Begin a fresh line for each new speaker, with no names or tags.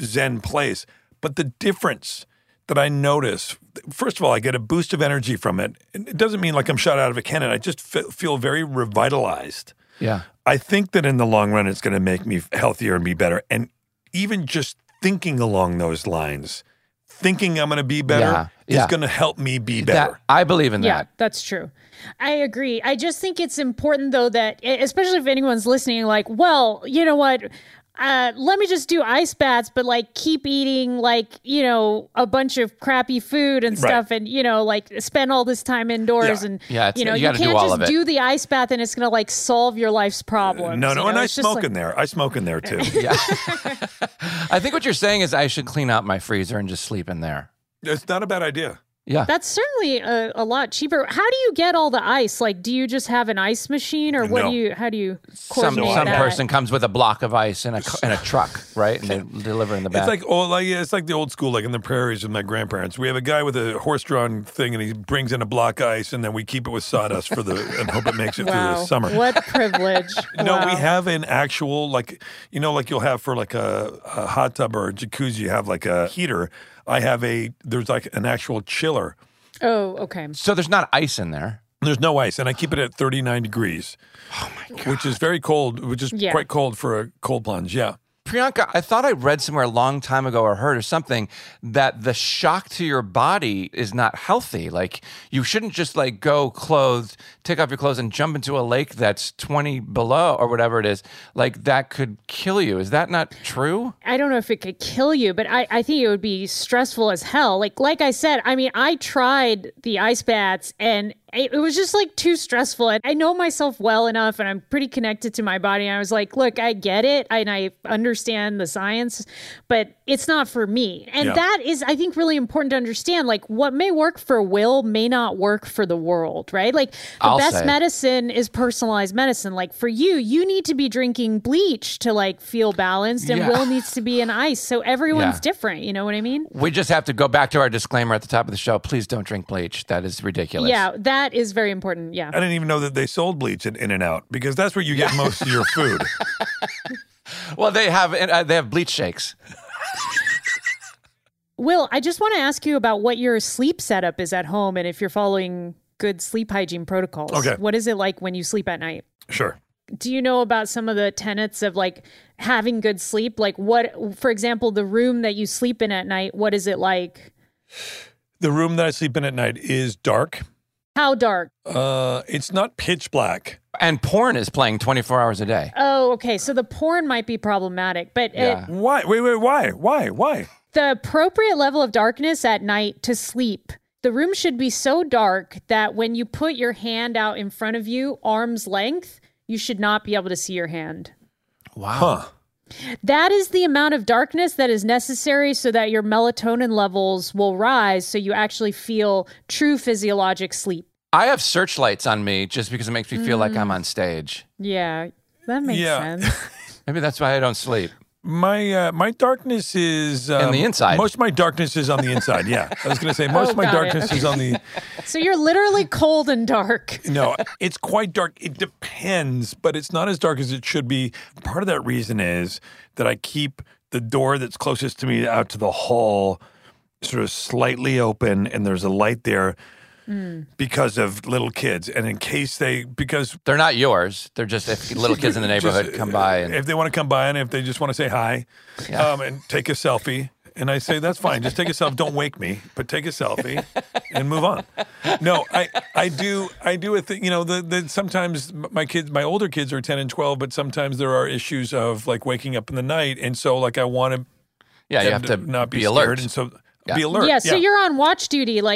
Zen place. But the difference that I notice, first of all, I get a boost of energy from it. And It doesn't mean like I'm shot out of a cannon. I just fe- feel very revitalized.
Yeah.
I think that in the long run, it's going to make me healthier and be better. And even just thinking along those lines, thinking I'm going to be better
Yeah,
is
yeah.
going to help me be better.
That, I believe in
Yeah,
that.
that's true. I agree. I just think it's important though that e, especially if anyone's listening like, well, you know what? Uh, let me just do ice baths, but like keep eating like you know a bunch of crappy food and
Right.
stuff, and you know like spend all this time indoors,
Yeah.
and
Yeah, it's-
you know
you
you,
gotta do
can't
all
just
of it.
do the ice bath and it's gonna like solve your life's problems.
no,
you
no,
know?
and I
It's just
smoke
like-
in there. I smoke in there too.
Yeah. I think what you're saying is I should clean out my freezer and just sleep in there.
it's not a bad idea.
Yeah.
That's certainly a, a lot cheaper. How do you get all the ice? Like, do you just have an ice machine, or what
No.
do you? How do you
some
coordinate
some
that?
person comes with a block of ice in a cu- in a truck, right? And they deliver in the back.
It's like oh, like yeah, it's like the old school, like in the prairies with my grandparents. We have a guy with a horse-drawn thing, and he brings in a block ice, and then we keep it with sawdust for the and hope it makes it through
Wow,
the summer.
what privilege!
No,
Wow.
we have an actual like you know like you'll have for like a, a hot tub or a jacuzzi you have like a heater. I have a there's like an actual chiller.
Oh, okay.
so there's not ice in there.
There's no ice, and I keep it at 39 degrees. Which is very cold, which is
Oh Yeah.
quite cold for a cold plunge. Yeah.
Priyanka, I thought I read somewhere a long time ago or heard or something that the shock to your body is not healthy. Like you shouldn't just like go clothed, take off your clothes and jump into a lake that's 20 below or whatever it is. Like that could kill you. Is that not true?
I don't know if it could kill you, but I, I think it would be stressful as hell. Like like I said, I mean, I tried the ice baths and it, it was just like too stressful. And I know myself well enough and I'm pretty connected to my body. And I was like, look, I get it and I understand the science, but it's not for me. And
Yeah.
that is, I think, really important to understand. Like what may work for Will may not work for the world, right? Like the
I'll
best
say.
medicine is personalized medicine. Like for you, you need to be drinking bleach to like feel balanced and
Yeah.
Will needs to be in ice. So everyone's
Yeah.
different. You know what I mean?
We just have to go back to our disclaimer at the top of the show. Please don't drink bleach. That is ridiculous.
Yeah, that is very important. Yeah.
I didn't even know that they sold bleach in In and Out because that's where you get most of your food.
Well, they have uh, they have bleach shakes.
Will, I just want to ask you about what your sleep setup is at home and if you're following good sleep hygiene protocols.
Okay.
What is it like when you sleep at night?
Sure.
Do you know about some of the tenets of like having good sleep? Like what for example, the room that you sleep in at night, what is it like?
The room that I sleep in at night is dark.
How dark?
Uh, it's not pitch black.
And porn is playing 24 hours a day.
Oh, okay. So the porn might be problematic, but
Yeah.
it,
Why? Wait, wait, why? Why? Why?
the appropriate level of darkness at night to sleep. The room should be so dark that when you put your hand out in front of you, arm's length, you should not be able to see your hand.
Wow.
Huh.
That is the amount of darkness that is necessary so that your melatonin levels will rise so you actually feel true physiologic sleep.
I have searchlights on me just because it makes me feel like I'm on stage.
Yeah, that makes
Yeah.
sense.
Maybe that's why I don't sleep.
My uh, my darkness is um,
the inside.
Most of my darkness is on the inside. Yeah, I was going to say most
Oh,
of my
got it.
darkness is on the.
So you're literally cold and dark.
No, it's quite dark. It depends, but it's not as dark as it should be. Part of that reason is that I keep the door that's closest to me out to the hall sort of slightly open, and there's a light there
Hmm.
because of little kids, and in case they because
They're not yours. They're just if little kids in the neighborhood
Just, uh,
come by and
if they want to come by and if they just want to say hi um, and take a selfie. And I say, that's fine. Just take a selfie. Don't wake me, but take a selfie and move on. No, I, I do. I do a thing, you know, the, the, sometimes my kids, my older kids are 10 and 12, but sometimes there are issues of like waking up in the night. And so like, I want to
yeah, you have to
not be,
be
scared.
alert.
And so
Yeah.
be alert.
Yeah, so you're on watch duty. Like